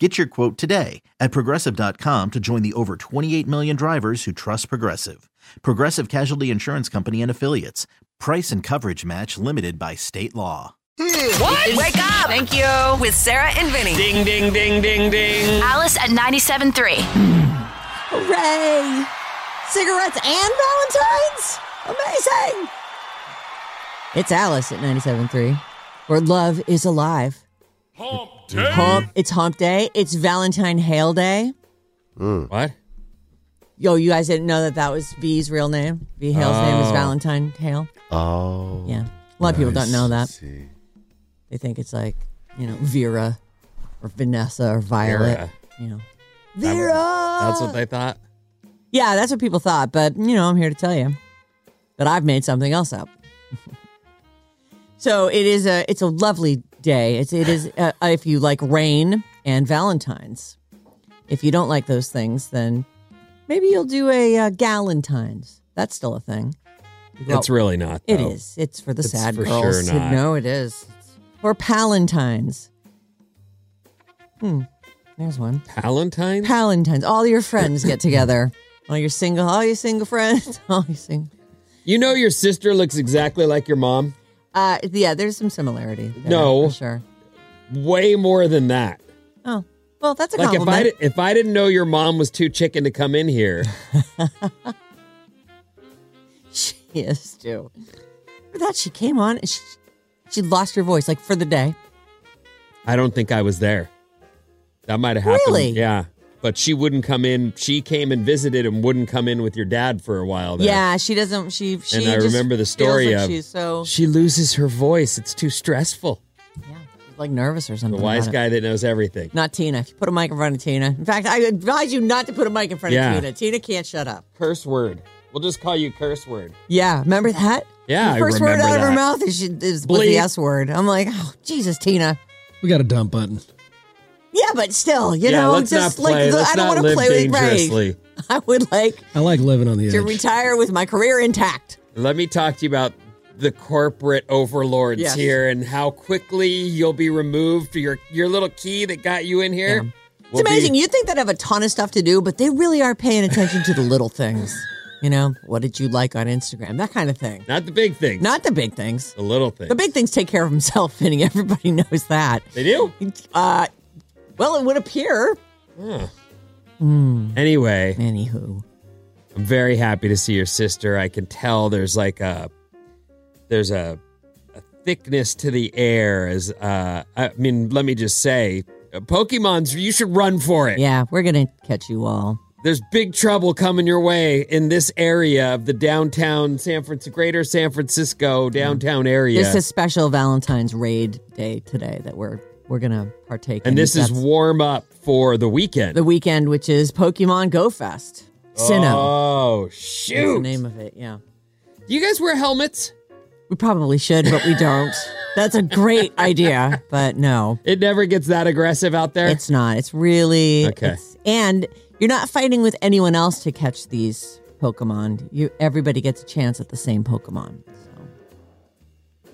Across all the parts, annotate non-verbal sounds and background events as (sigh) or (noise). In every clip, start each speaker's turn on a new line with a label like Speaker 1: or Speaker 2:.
Speaker 1: Get your quote today at progressive.com to join the over 28 million drivers who trust Progressive. Progressive Casualty Insurance Company and Affiliates. Price and coverage match limited by state law.
Speaker 2: What? Wake up!
Speaker 3: Thank you.
Speaker 2: With Sarah and Vinny.
Speaker 4: Ding, ding, ding, ding, ding.
Speaker 3: Alice at 97.3.
Speaker 5: Hooray! Cigarettes and Valentine's? Amazing! It's Alice at 97.3, where love is alive. Hump, it's hump day. It's Valentine Hail Day.
Speaker 4: What?
Speaker 5: Yo, you guys didn't know that that was V's real name. V Hale's name is Valentine Hale.
Speaker 6: Oh.
Speaker 5: Yeah. A lot of people don't know that.
Speaker 6: See.
Speaker 5: They think it's like, you know, Vera or Vanessa or Violet.
Speaker 4: Vera.
Speaker 5: You know. Vera!
Speaker 4: That's what they thought.
Speaker 5: Yeah, that's what people thought, but you know, I'm here to tell you that I've made something else up. (laughs) so it is a it's a lovely day. It's it is uh, if you like rain and Valentines. If you don't like those things, then maybe you'll do a uh, Galentine's. That's still a thing. Well,
Speaker 4: it's really not.
Speaker 5: It
Speaker 4: though.
Speaker 5: is. It's for the
Speaker 4: It's
Speaker 5: sad
Speaker 4: for
Speaker 5: girls.
Speaker 4: sure not.
Speaker 5: No, it is. Or Palantines. Hmm. There's one.
Speaker 4: Valentine's?
Speaker 5: Palantines. All your friends get together. All your single, all your single friends, (laughs) all your single.
Speaker 4: you know your sister looks exactly like your mom?
Speaker 5: Uh, yeah, there's some similarity. there,
Speaker 4: No.
Speaker 5: for sure.
Speaker 4: Way more than that.
Speaker 5: Oh, well, that's a
Speaker 4: Like if I,
Speaker 5: compliment.
Speaker 4: did, if I didn't know your mom was too chicken to come in here,
Speaker 5: (laughs) she is too. For that, she came on and she, she lost her voice like for the day.
Speaker 4: I don't think I was there. That might have happened.
Speaker 5: Really?
Speaker 4: Yeah. But she wouldn't come in. She came and visited and wouldn't come in with your dad for a while. There.
Speaker 5: Yeah, she doesn't. She she.
Speaker 4: And I
Speaker 5: just
Speaker 4: remember the
Speaker 5: feels
Speaker 4: story
Speaker 5: like
Speaker 4: of-
Speaker 5: she's so
Speaker 4: She loses her voice. It's too stressful.
Speaker 5: yeah, she's like nervous or
Speaker 4: The
Speaker 5: something.
Speaker 4: wise
Speaker 5: about it.
Speaker 4: guy that knows everything.
Speaker 5: Not Tina. If you put a mic in front of Tina. In fact, I advise you not to put a mic in front
Speaker 4: Yeah.
Speaker 5: of Tina. Tina can't shut up.
Speaker 4: Curse word. We'll just call you curse word.
Speaker 5: Yeah, remember that?
Speaker 4: Yeah,
Speaker 5: the
Speaker 4: I
Speaker 5: first word
Speaker 4: remember
Speaker 5: out of her
Speaker 4: that.
Speaker 5: mouth is, she, is was the
Speaker 4: Bleep.
Speaker 5: S word. I'm like, oh, Jesus, Tina.
Speaker 7: We got a dump button.
Speaker 5: Yeah, but still, you know,
Speaker 4: let's
Speaker 5: just
Speaker 4: not play.
Speaker 5: like
Speaker 4: let's
Speaker 5: I don't
Speaker 4: not
Speaker 5: want to
Speaker 4: live
Speaker 5: play with Ray.
Speaker 4: dangerously.
Speaker 5: I would like
Speaker 7: I like living on the
Speaker 5: to
Speaker 7: edge.
Speaker 5: retire with my career intact.
Speaker 4: Let me talk to you about the corporate overlords
Speaker 5: Yes.
Speaker 4: here and how quickly you'll be removed for your your little key that got you in here.
Speaker 5: It's amazing. You'd think they'd have a ton of stuff to do, but they really are paying attention to the little things. You know, what did you like on Instagram? That kind of thing.
Speaker 4: Not the big things.
Speaker 5: Not the big things.
Speaker 4: the little things.
Speaker 5: The big things take care of themselves, (laughs) Finny. Everybody knows that.
Speaker 4: they do.
Speaker 5: Uh, well, it would appear.
Speaker 4: Anyway,
Speaker 5: Anywho.
Speaker 4: I'm very happy to see your sister. I can tell there's like a there's a, a thickness to the air. As uh, I mean, let me just say, uh, Pokemon's you should run for it.
Speaker 5: Yeah, we're going to catch you all.
Speaker 4: There's big trouble coming your way in this area of the downtown San Francisco, greater San Francisco downtown area.
Speaker 5: This is special Valentine's raid day today that we're we're gonna partake in.
Speaker 4: and this is
Speaker 5: That's
Speaker 4: warm up for the weekend.
Speaker 5: the weekend, which is Pokemon Go Fest. Sinnoh.
Speaker 4: Oh,
Speaker 5: That's the
Speaker 4: shoot.
Speaker 5: name of it, yeah.
Speaker 4: Do you guys wear helmets?
Speaker 5: We probably should, but we don't. That's a
Speaker 4: (laughs)
Speaker 5: great idea, but no.
Speaker 4: It never gets that aggressive out there.
Speaker 5: It's not. It's really
Speaker 4: Okay.
Speaker 5: it's- and you're not fighting with anyone else to catch these Pokemon. You everybody gets a chance at the same Pokemon. So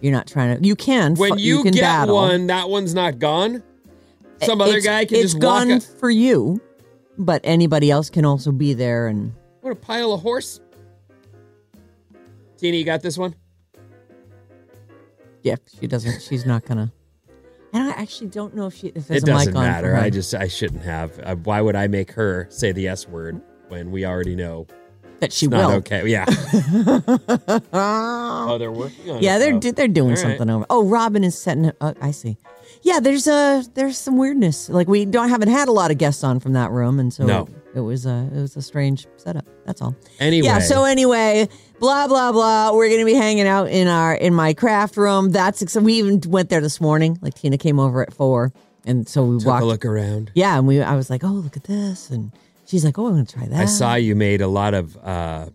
Speaker 5: you're not trying to. You can
Speaker 4: when
Speaker 5: fi-
Speaker 4: you,
Speaker 5: can
Speaker 4: get
Speaker 5: battle.
Speaker 4: one, that one's not gone. Some other
Speaker 5: It's-
Speaker 4: guy can
Speaker 5: it's
Speaker 4: just
Speaker 5: gone
Speaker 4: walk. Up.
Speaker 5: for you, but anybody else can also be there. And
Speaker 4: What a pile of horse. Tina, you got this one?
Speaker 5: yeah, she doesn't. She's not gonna. And I actually don't know if she if there's
Speaker 4: it
Speaker 5: a
Speaker 4: doesn't
Speaker 5: mic on. for
Speaker 4: matter.
Speaker 5: her.
Speaker 4: I just I shouldn't have. Uh, why would I make her say the S word when we already know
Speaker 5: that she
Speaker 4: not
Speaker 5: will.
Speaker 4: okay?
Speaker 5: (laughs)
Speaker 4: Yeah. oh, they're working on
Speaker 5: Yeah,
Speaker 4: it,
Speaker 5: they're
Speaker 4: though.
Speaker 5: do- they're doing
Speaker 4: All right.
Speaker 5: something over. Oh, Robin is setting. it Oh, I see. Yeah, there's a there's some weirdness. Like we don't haven't had a lot of guests on from that room, and so
Speaker 4: No.
Speaker 5: it, was a it was a strange setup. That's all.
Speaker 4: Anyway.
Speaker 5: Yeah. So anyway, blah blah blah. We're gonna be hanging out in our in my craft room. That's ex- we even went there this morning. Like Tina came over at four, and so we
Speaker 4: Took
Speaker 5: walked.
Speaker 4: a look around.
Speaker 5: Yeah, and we I was like, oh look at this, and she's like, oh I'm gonna try that.
Speaker 4: I saw you made a lot of uh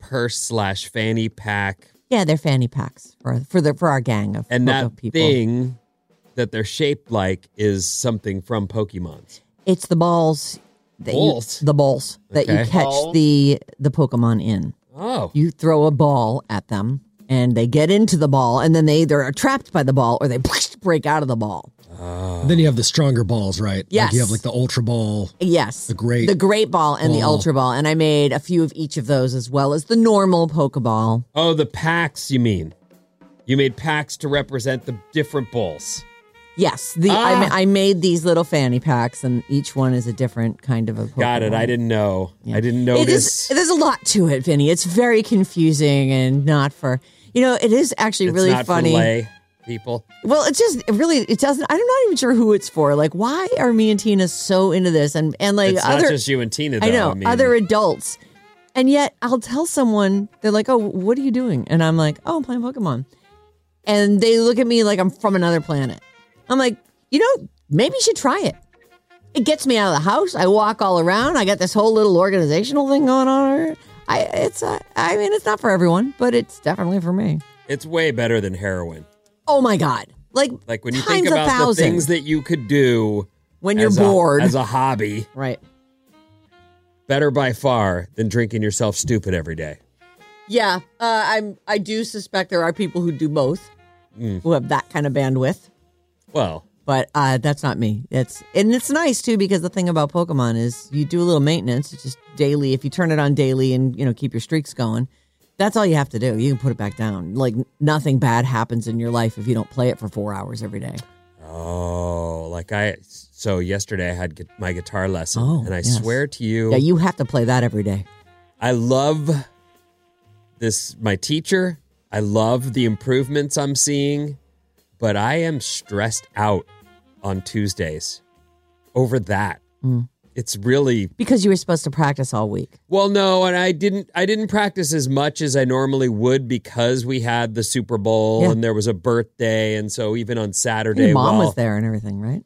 Speaker 4: purse slash fanny pack,
Speaker 5: Yeah, they're fanny packs for for the for our gang of
Speaker 4: and
Speaker 5: Pogo
Speaker 4: that
Speaker 5: people.
Speaker 4: thing that they're shaped like is something from Pokemon's.
Speaker 5: It's the balls that you-
Speaker 4: Balls?
Speaker 5: the balls that you
Speaker 4: Okay.
Speaker 5: catch the the Pokemon in.
Speaker 4: Oh,
Speaker 5: You throw a ball at them and they get into the ball and then they either are trapped by the ball or they (laughs) break out of the ball.
Speaker 7: Then you have the stronger balls, right? Like
Speaker 5: Yes.
Speaker 7: you have like the ultra ball.
Speaker 5: Yes. The
Speaker 7: great
Speaker 5: The great ball and the
Speaker 7: ball.
Speaker 5: ultra ball. And I made a few of each of those as well as the normal Pokeball.
Speaker 4: oh, the packs. You mean you made packs to represent the different balls?
Speaker 5: Yes. The
Speaker 4: Ah.
Speaker 5: I, ma- I made these little fanny packs and each one is a different kind of a Pokemon.
Speaker 4: Got it. I didn't know. I didn't
Speaker 5: It
Speaker 4: notice.
Speaker 5: is there's a lot to it, Vinny. It's very confusing and not for you know, it is actually
Speaker 4: It's
Speaker 5: really
Speaker 4: not for
Speaker 5: funny.
Speaker 4: lay people.
Speaker 5: Well, it just it really it doesn't I'm not even sure who it's for. Like why are me and Tina so into this and and like
Speaker 4: It's
Speaker 5: other
Speaker 4: not just you and Tina. Though.
Speaker 5: I know
Speaker 4: mean,
Speaker 5: other adults. And yet I'll tell someone they're like, "Oh, what are you doing?" And I'm like, "Oh, I'm playing Pokemon." And they look at me like I'm from another planet. I'm like, "You know, maybe you should try it." It gets me out of the house. I walk all around. I got this whole little organizational thing going on. over here. I it's uh, I mean, it's not for everyone, but it's definitely for me.
Speaker 4: it's way better than heroin.
Speaker 5: Oh my god. Like
Speaker 4: Like when you
Speaker 5: times
Speaker 4: think
Speaker 5: a
Speaker 4: about the
Speaker 5: thousand
Speaker 4: things that you could do
Speaker 5: when you're
Speaker 4: as a-
Speaker 5: bored.
Speaker 4: as a hobby,
Speaker 5: right.
Speaker 4: better by far than drinking yourself stupid every day.
Speaker 5: Yeah, uh, I'm. I do suspect there are people who do both,
Speaker 4: Mm.
Speaker 5: who have that kind of bandwidth.
Speaker 4: Well,
Speaker 5: But uh, that's not me. It's and it's nice too because the thing about Pokemon is you do a little maintenance. It's just daily. If you turn it on daily and you know keep your streaks going, that's all you have to do. You can put it back down. Like nothing bad happens in your life if you don't play it for four hours every day.
Speaker 4: oh, like I so yesterday I had gu- my guitar lesson,
Speaker 5: Oh,
Speaker 4: and I
Speaker 5: yes.
Speaker 4: swear to you,
Speaker 5: Yeah, you have to play that every day.
Speaker 4: I love this my teacher. I love the improvements I'm seeing, but I am stressed out on Tuesdays over that.
Speaker 5: Mm.
Speaker 4: It's really
Speaker 5: Because you were supposed to practice all week.
Speaker 4: Well, no, and I didn't. I didn't practice as much as I normally would because we had the Super Bowl
Speaker 5: Yeah.
Speaker 4: and there was a birthday, and so even on
Speaker 5: And
Speaker 4: Saturday,
Speaker 5: Your mom
Speaker 4: while-
Speaker 5: was there and everything, right?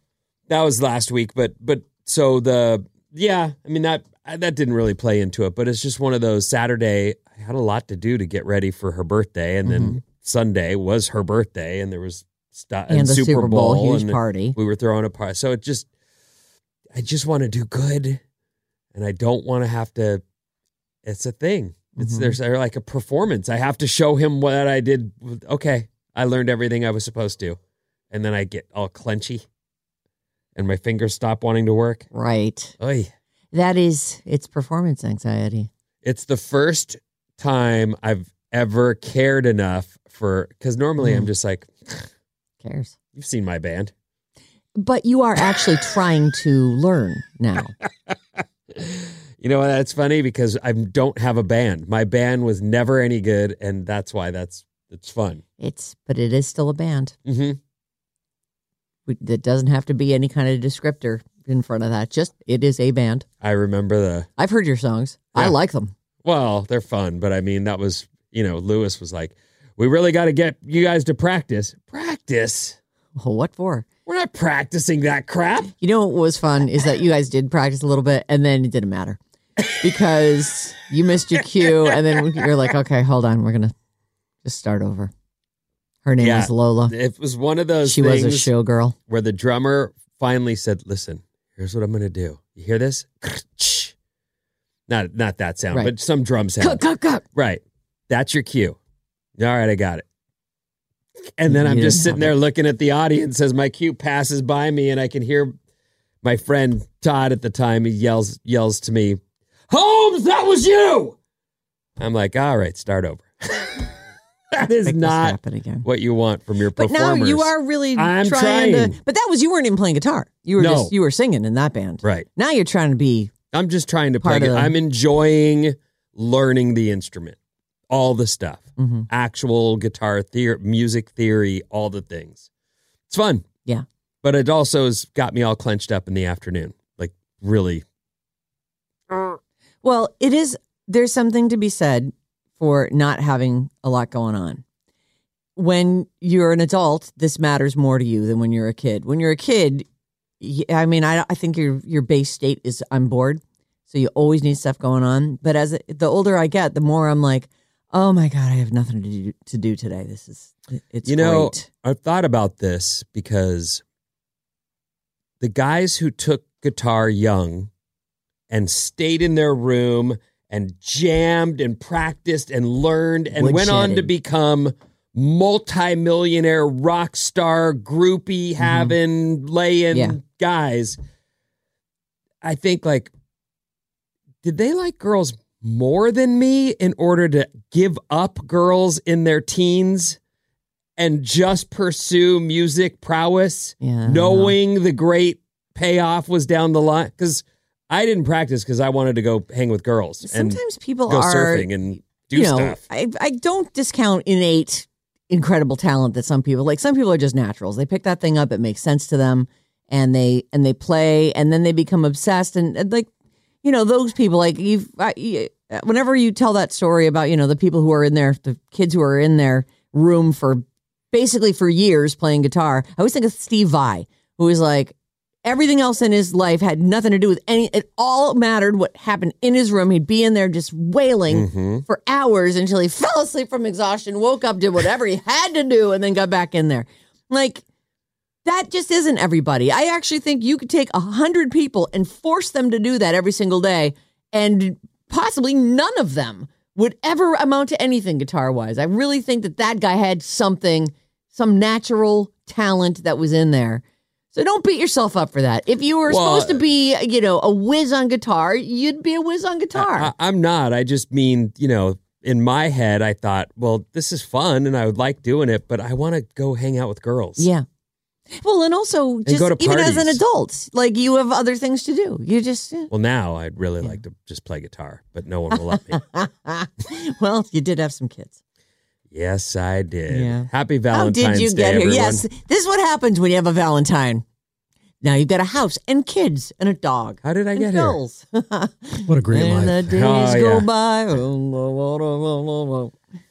Speaker 4: That was last week, but but so the yeah, I mean that that didn't really play into it, but it's just one of those Saturday. I had a lot to do to get ready for her birthday, and
Speaker 5: Mm-hmm.
Speaker 4: then Sunday was her birthday, and there was stuff
Speaker 5: And, the Super Bowl, huge
Speaker 4: and
Speaker 5: party.
Speaker 4: we were throwing a party. So it just, I just want to do good, and I don't want to have to. It's a thing. It's
Speaker 5: Mhm.
Speaker 4: there's they're like a performance. I have to show him what I did. Okay, I learned everything I was supposed to, and then I get all clenchy, and my fingers stop wanting to work.
Speaker 5: Right.
Speaker 4: Oy.
Speaker 5: That is, it's performance anxiety.
Speaker 4: It's the first time I've ever cared enough for because normally I'm just like,
Speaker 5: Who cares?
Speaker 4: you've seen my band.
Speaker 5: But you are actually trying to learn now.
Speaker 4: You know what? That's funny because I don't have a band. My band was never any good, and that's why that's it's fun.
Speaker 5: It's, but it is still a band.
Speaker 4: hmm
Speaker 5: We- That doesn't have to be any kind of descriptor in front of that. Just it is a band.
Speaker 4: I remember the
Speaker 5: I've heard your songs. I
Speaker 4: Yeah.
Speaker 5: like them.
Speaker 4: well, they're fun, but I mean that was you know Lewis was like, we really got to get you guys to practice. Practice?
Speaker 5: Well, what for?
Speaker 4: We're not practicing that crap.
Speaker 5: You know what was fun is that you guys did practice a little bit and then it didn't matter because you missed your cue and then you're like, okay, hold on, we're gonna just start over. Her name
Speaker 4: Yeah.
Speaker 5: is Lola.
Speaker 4: It was one of those.
Speaker 5: She was
Speaker 4: things
Speaker 5: a showgirl.
Speaker 4: where the drummer finally said, "Listen, here's what I'm going to do. You hear this? (laughs) Not not that sound,
Speaker 5: Right.
Speaker 4: but some drum
Speaker 5: Cook,
Speaker 4: sound.
Speaker 5: cook, cook.
Speaker 4: Right. That's your cue. All right, I got it. And then I'm
Speaker 5: You
Speaker 4: just
Speaker 5: didn't
Speaker 4: sitting
Speaker 5: have
Speaker 4: there looking at the audience as my cue passes by me, and I can hear my friend Todd at the time. He yells yells to me, "Holmes, that was you!" I'm like, "All right, start over." (laughs) that is
Speaker 5: Make this
Speaker 4: not
Speaker 5: happen again.
Speaker 4: what you want from your
Speaker 5: But now
Speaker 4: performers.
Speaker 5: you are really
Speaker 4: I'm
Speaker 5: trying,
Speaker 4: trying.
Speaker 5: to. But that was you weren't even playing guitar. You were
Speaker 4: No.
Speaker 5: just you were singing in that band.
Speaker 4: right.
Speaker 5: Now you're trying to be
Speaker 4: I'm just trying to play.
Speaker 5: Part
Speaker 4: it.
Speaker 5: of-
Speaker 4: I'm enjoying learning the instrument, all the stuff,
Speaker 5: Mhm.
Speaker 4: actual guitar theory, music theory, all the things. It's fun.
Speaker 5: Yeah.
Speaker 4: But it also has got me all clenched up in the afternoon. Like, really.
Speaker 5: well. It is. There's something to be said for not having a lot going on. When you're an adult, this matters more to you than when you're a kid. When you're a kid, y- I mean, I, I think your your base state is I'm bored, So you always need stuff going on. But as it- the older I get, the more I'm like, oh my God, I have nothing to do, to do today. This is, it's
Speaker 4: you know,
Speaker 5: great.
Speaker 4: I've thought about this because the guys who took guitar young and stayed in their room and jammed and practiced and learned and went on to
Speaker 5: Woodshedding.
Speaker 4: become multimillionaire rock star groupie having laying
Speaker 5: Mm-hmm. Yeah.
Speaker 4: guys I think like did they like girls more than me in order to give up girls in their teens and just pursue music prowess,
Speaker 5: Yeah, I don't know.
Speaker 4: knowing the great payoff was down the line? Because I didn't practice because I wanted to go hang with girls and
Speaker 5: Sometimes people
Speaker 4: go
Speaker 5: are
Speaker 4: surfing and do
Speaker 5: you know,
Speaker 4: stuff.
Speaker 5: I, I don't discount innate incredible talent that some people like some people are just naturals. They pick that thing up, it makes sense to them and they and they play and then they become obsessed and, and, like you know, those people like you've I, you- whenever you tell that story about, you know, the people who are in there, the kids who are in their room for basically for years playing guitar. I always think of Steve Vai, who was like everything else in his life had nothing to do with any. It all mattered what happened in his room. He'd be in there just wailing for hours until he (laughs) fell asleep from exhaustion, woke up, did whatever he had to do, and then got back in there. Like that just isn't everybody. I actually think you could take a hundred people and force them to do that every single day, and possibly none of them would ever amount to anything guitar wise. I really think that that guy had something, some natural talent that was in there. So don't beat yourself up for that. If you were
Speaker 4: Well,
Speaker 5: supposed to be, you know, a whiz on guitar, you'd be a whiz on guitar.
Speaker 4: I, I'm not. I just mean, you know, in my head, I thought, well, this is fun and I would like doing it, but I want to go hang out with girls.
Speaker 5: yeah. Well, and also just
Speaker 4: go to
Speaker 5: even as an
Speaker 4: parties.
Speaker 5: adult, like you have other things to do. You just yeah.
Speaker 4: Well, now I'd really like to just play guitar, but no one will let me.
Speaker 5: well, you did have some kids.
Speaker 4: Yes, I did.
Speaker 5: Yeah.
Speaker 4: Happy Valentine's Day.
Speaker 5: How did you get here?
Speaker 4: everyone.
Speaker 5: Yes, this is what happens when you have a Valentine. Now you've got a house and kids and a dog.
Speaker 4: How did I
Speaker 5: and
Speaker 4: get
Speaker 5: (laughs)
Speaker 4: here?
Speaker 5: bills.
Speaker 7: What a great
Speaker 5: and the
Speaker 7: life.
Speaker 5: days
Speaker 4: Oh,
Speaker 5: go Oh,
Speaker 4: yeah.
Speaker 5: by.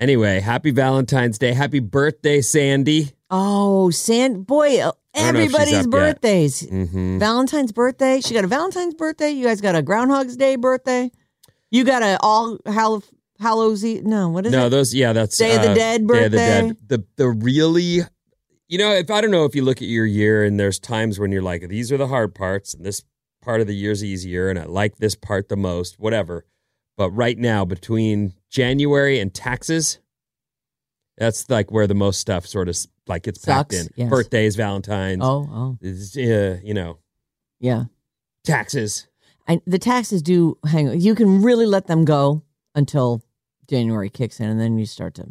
Speaker 4: Anyway, happy Valentine's Day. Happy birthday, Sandy.
Speaker 5: Oh, Sand boy,
Speaker 4: don't know if she's up
Speaker 5: everybody's
Speaker 4: yet.
Speaker 5: birthdays.
Speaker 4: hmm
Speaker 5: Valentine's birthday. She got a Valentine's birthday. You guys got a Groundhog's Day birthday. You got a all Hall- Hallows Eve. No, what is
Speaker 4: No,
Speaker 5: it?
Speaker 4: those, yeah, that's
Speaker 5: Day of the
Speaker 4: uh,
Speaker 5: Dead
Speaker 4: Day of
Speaker 5: birthday?
Speaker 4: the Dead. The, the really, you know, if I don't know if you look at your year and there's times when you're like, these are the hard parts and this part of the year's easier and I like this part the most, whatever. But right now, between January and taxes, that's like where the most stuff sort of like gets packed
Speaker 5: Sucks,
Speaker 4: in.
Speaker 5: yes.
Speaker 4: Birthdays, Valentine's,
Speaker 5: oh, oh,
Speaker 4: it's, uh, you know,
Speaker 5: yeah.
Speaker 4: taxes.
Speaker 5: I, the taxes do hang. You can really let them go until January kicks in, and then you start to,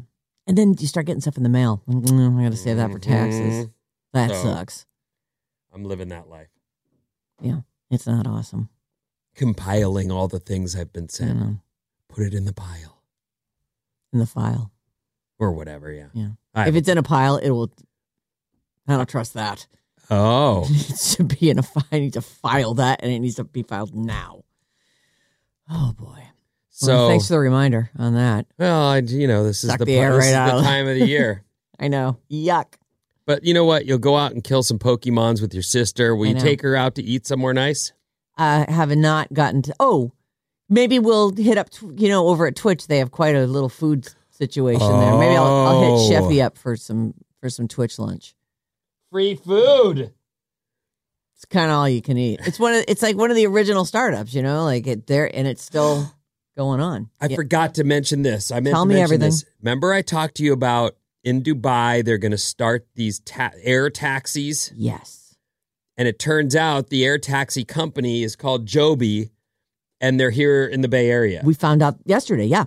Speaker 5: and then you start getting stuff in the mail. Mm, I got to save that for taxes.
Speaker 4: Mhm.
Speaker 5: That
Speaker 4: So-
Speaker 5: sucks.
Speaker 4: Mm-hmm. I'm living that life.
Speaker 5: It's not awesome.
Speaker 4: Compiling all the things I've been
Speaker 5: You
Speaker 4: sent,
Speaker 5: know,
Speaker 4: put it in the pile
Speaker 5: in the file.
Speaker 4: or whatever. Yeah.
Speaker 5: Yeah.
Speaker 4: I-
Speaker 5: If it's in a pile, it will. I don't trust that. (laughs)
Speaker 4: oh,
Speaker 5: It should be in a file. I need to file that, and it needs to be filed now. Oh boy!
Speaker 4: so
Speaker 5: So thanks for the reminder on that.
Speaker 4: well, I, you know, this is
Speaker 5: Suck
Speaker 4: the,
Speaker 5: the
Speaker 4: po-
Speaker 5: air
Speaker 4: this
Speaker 5: right
Speaker 4: is
Speaker 5: out
Speaker 4: the
Speaker 5: of-
Speaker 4: time of
Speaker 5: (laughs)
Speaker 4: the year.
Speaker 5: I know. Yuck.
Speaker 4: But you know what? You'll go out and kill some Pokemons with your sister. Will
Speaker 5: I
Speaker 4: you
Speaker 5: know.
Speaker 4: take her out to eat somewhere nice?
Speaker 5: uh, have not gotten to. Oh, maybe we'll hit up. tw- You know, over at Twitch, they have quite a little food situation there. Maybe I'll, I'll hit
Speaker 4: Oh.
Speaker 5: Sheffy up for some for some Twitch lunch.
Speaker 4: Free food.
Speaker 5: It's kind of all you can eat. It's one. Of, it's like one of the original startups. You know, like it there, and it's
Speaker 4: (gasps)
Speaker 5: still going on.
Speaker 4: I
Speaker 5: Yeah.
Speaker 4: forgot to mention this. I meant
Speaker 5: Tell
Speaker 4: to
Speaker 5: me
Speaker 4: mention
Speaker 5: everything.
Speaker 4: This. Remember, I talked to you about in Dubai they're going to start these ta- air taxis.
Speaker 5: Yes.
Speaker 4: And it turns out the air taxi company is called Joby, and they're here in the Bay Area.
Speaker 5: We found out yesterday. Yeah.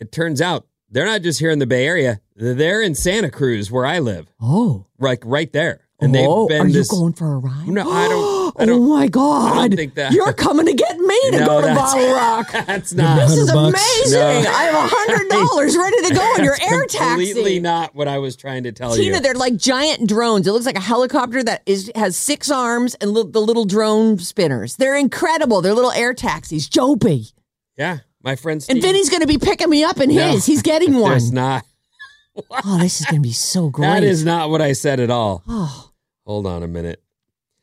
Speaker 4: it turns out they're not just here in the Bay Area; they're in Santa Cruz, where I live,
Speaker 5: Oh.
Speaker 4: like right there. And they've
Speaker 5: Whoa.
Speaker 4: been
Speaker 5: Oh, Are
Speaker 4: this.
Speaker 5: you going for a ride?
Speaker 4: No, I don't-
Speaker 5: (gasps)
Speaker 4: I
Speaker 5: oh
Speaker 4: don't-
Speaker 5: my God!
Speaker 4: think that-
Speaker 5: you're coming to get me to
Speaker 4: (laughs) No,
Speaker 5: go to
Speaker 4: that's-
Speaker 5: Bottle
Speaker 4: (laughs)
Speaker 5: Rock.
Speaker 4: That's
Speaker 7: This
Speaker 4: not.
Speaker 5: This is
Speaker 7: 100 bucks.
Speaker 5: amazing.
Speaker 4: No.
Speaker 5: I have a
Speaker 4: (laughs)
Speaker 5: hundred dollars ready to go on your air taxi.
Speaker 4: Completely not what I was trying to tell
Speaker 5: Tina,
Speaker 4: you.
Speaker 5: they're like giant drones. It looks like a helicopter that is has six arms and li- the little drone spinners. They're incredible. They're little air taxis. Joby
Speaker 4: yeah, my friend Steve.
Speaker 5: and Vinny's going to be picking me up in
Speaker 4: No.
Speaker 5: his. He's getting one.
Speaker 4: (laughs) There's not.
Speaker 5: Oh, this is going to be so great.
Speaker 4: (laughs) That is not what I said at all.
Speaker 5: Oh.
Speaker 4: Hold on a minute.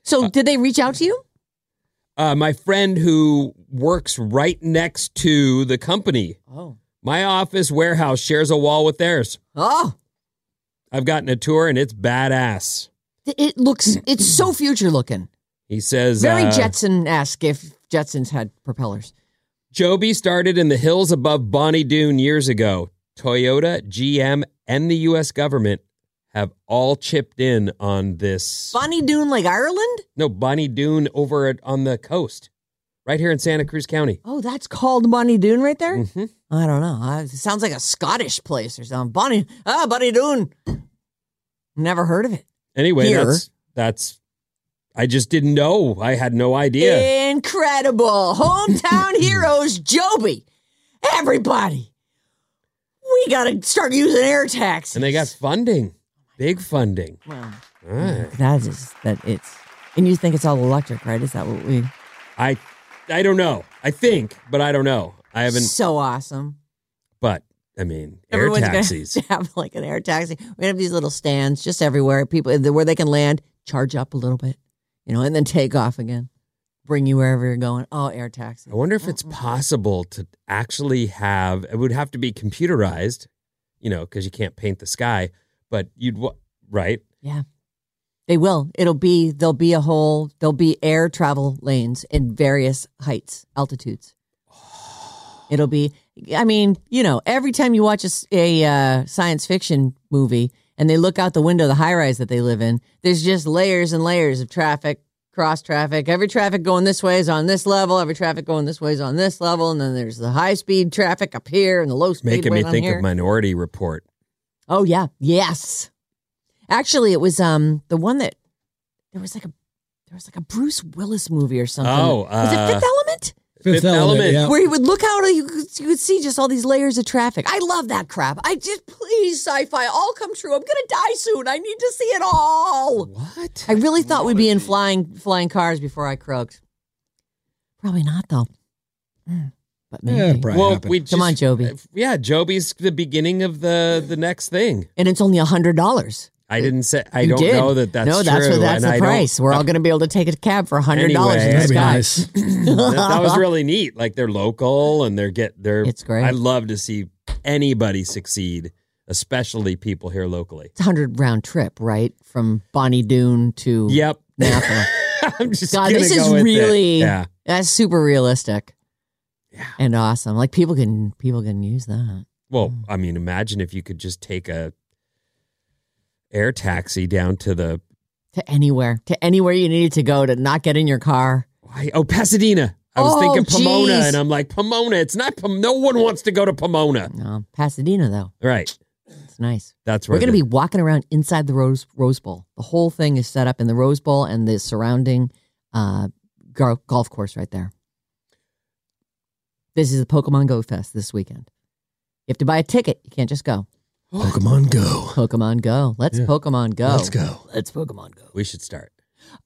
Speaker 5: So, did they reach out to you?
Speaker 4: uh, my friend who works right next to the company.
Speaker 5: Oh.
Speaker 4: My office warehouse shares a wall with theirs.
Speaker 5: Oh.
Speaker 4: I've gotten a tour and it's badass.
Speaker 5: Th- It looks it's
Speaker 4: (clears throat)
Speaker 5: so future looking.
Speaker 4: He says
Speaker 5: Very
Speaker 4: uh,
Speaker 5: Jetson esque if Jetsons had propellers.
Speaker 4: Joby started in the hills above Bonnie Doon years ago. Toyota, GM, and the U.S. government have all chipped in on this.
Speaker 5: Bonnie Doon like Ireland?
Speaker 4: No, Bonnie Doon over at, on the coast, right here in Santa Cruz County.
Speaker 5: Oh, that's called Bonnie Doon right there?
Speaker 4: Mhm.
Speaker 5: I don't know. I, it sounds like a Scottish place or something. Bonnie ah, Bonnie Doon. Never heard of it.
Speaker 4: Anyway,
Speaker 5: Here.
Speaker 4: that's that's. I just didn't know. I had no idea.
Speaker 5: Incredible.
Speaker 4: (laughs)
Speaker 5: Hometown heroes, Joby. Everybody. We got to start using air taxis.
Speaker 4: And they got
Speaker 5: Oh
Speaker 4: funding, big funding.
Speaker 5: Well,
Speaker 4: All right.
Speaker 5: that is that it's and you think it's all electric, right? Is that what we
Speaker 4: I, I don't know. I think, but I don't know. I haven't.
Speaker 5: so awesome.
Speaker 4: But I mean, air
Speaker 5: Everyone's (laughs)
Speaker 4: taxis.
Speaker 5: gonna have like an air taxi. We're gonna have these little stands just everywhere. People where they can land, charge up a little bit, you know, and then take off again. Bring you wherever you're going. Oh, air taxi.
Speaker 4: I wonder if it's possible to actually have it would have to be computerized, you know, because you can't paint the sky, but you'd wa- right?
Speaker 5: Yeah. They will. It'll be there'll be a whole there'll be air travel lanes in various heights, altitudes. It'll be I mean, you know, every time you watch a, s- a, uh, science fiction movie and they look out the window of the high rise that they live in, there's just layers and layers of traffic, cross traffic. Every traffic going this way is on this level, every traffic going this way is on this level, and then there's the high speed traffic up here and the low
Speaker 4: It's
Speaker 5: speed
Speaker 4: making me
Speaker 5: way down
Speaker 4: think
Speaker 5: here.
Speaker 4: of Minority Report.
Speaker 5: Oh yeah, yes. Actually, it was um the one that there was like a there was like a Bruce Willis movie or something.
Speaker 4: Oh,
Speaker 5: was it Fifth
Speaker 4: uh,
Speaker 5: Element?
Speaker 7: Fifth,
Speaker 4: Fifth
Speaker 7: Element.
Speaker 4: Element.
Speaker 7: Yeah.
Speaker 5: Where he would look out and you could, you could see just all these layers of traffic. I love that crap. I just please sci-fi all come true. I'm gonna die soon. I need to see it all.
Speaker 4: What?
Speaker 5: I really thought we'd be in flying flying cars before I croaked. Probably not though. Mm, But maybe.
Speaker 7: Yeah, it'll probably
Speaker 4: well,
Speaker 7: happen.
Speaker 4: we
Speaker 5: Come on,
Speaker 4: just- uh,
Speaker 5: Joby.
Speaker 4: Yeah, Joby's the beginning of the the next thing.
Speaker 5: and it's only a hundred dollars.
Speaker 4: I didn't say. I
Speaker 5: You
Speaker 4: don't
Speaker 5: did.
Speaker 4: know that that's
Speaker 5: no. That's
Speaker 4: true,
Speaker 5: what, that's
Speaker 4: and
Speaker 5: the
Speaker 4: I don't-
Speaker 5: price. We're all going to be able to take a cab for hundred dollars
Speaker 4: Anyway,
Speaker 5: in the
Speaker 7: That'd be
Speaker 5: sky.
Speaker 7: nice.
Speaker 4: that,
Speaker 5: (laughs)
Speaker 4: that was really neat. Like they're local and they're get they're.
Speaker 5: It's great.
Speaker 4: I love to see anybody succeed, especially people here locally.
Speaker 5: It's a hundred round trip, right, from Bonnie Doon to
Speaker 4: Yep. (laughs)
Speaker 5: Napa.
Speaker 4: I'm just
Speaker 5: God,
Speaker 4: gonna
Speaker 5: this
Speaker 4: go
Speaker 5: is
Speaker 4: with it.
Speaker 5: really
Speaker 4: Yeah.
Speaker 5: that's super realistic. Yeah, and awesome. Like people can people can use that.
Speaker 4: Well,
Speaker 5: Hmm.
Speaker 4: I mean, imagine if you could just take a air taxi down to the
Speaker 5: To anywhere, to anywhere you needed to go to not get in your car.
Speaker 4: why- oh Pasadena. I was
Speaker 5: Oh,
Speaker 4: thinking Pomona,
Speaker 5: geez.
Speaker 4: and I'm like Pomona. It's not. Pom- no one wants to go to Pomona.
Speaker 5: No, Pasadena though,
Speaker 4: Right.
Speaker 5: it's nice.
Speaker 4: That's where
Speaker 5: We're going to
Speaker 4: the-
Speaker 5: be walking around inside the Rose Rose Bowl. The whole thing is set up in the Rose Bowl and the surrounding uh, gar- golf course right there. This is the Pokemon Go Fest this weekend. You have to buy a ticket. You can't just go.
Speaker 7: Pokemon Go.
Speaker 5: Pokemon Go. Let's Pokemon Go.
Speaker 7: Let's go.
Speaker 5: Let's Pokemon Go.
Speaker 4: We should start.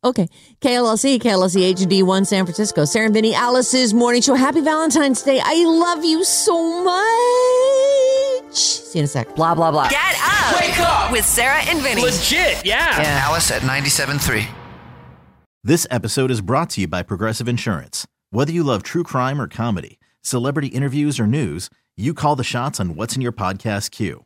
Speaker 5: Okay. KLLC, KLLC HD1 San Francisco. Sarah and Vinny, Alice's Morning Show. Happy Valentine's Day. I love you so much. See you in a sec.
Speaker 2: Blah, blah, blah. Get up. Wake up. With Sarah and Vinny.
Speaker 4: Legit. Yeah.
Speaker 6: Alice at 97.3.
Speaker 1: This episode is brought to you by Progressive Insurance. Whether you love true crime or comedy, celebrity interviews or news, you call the shots on what's in your podcast queue.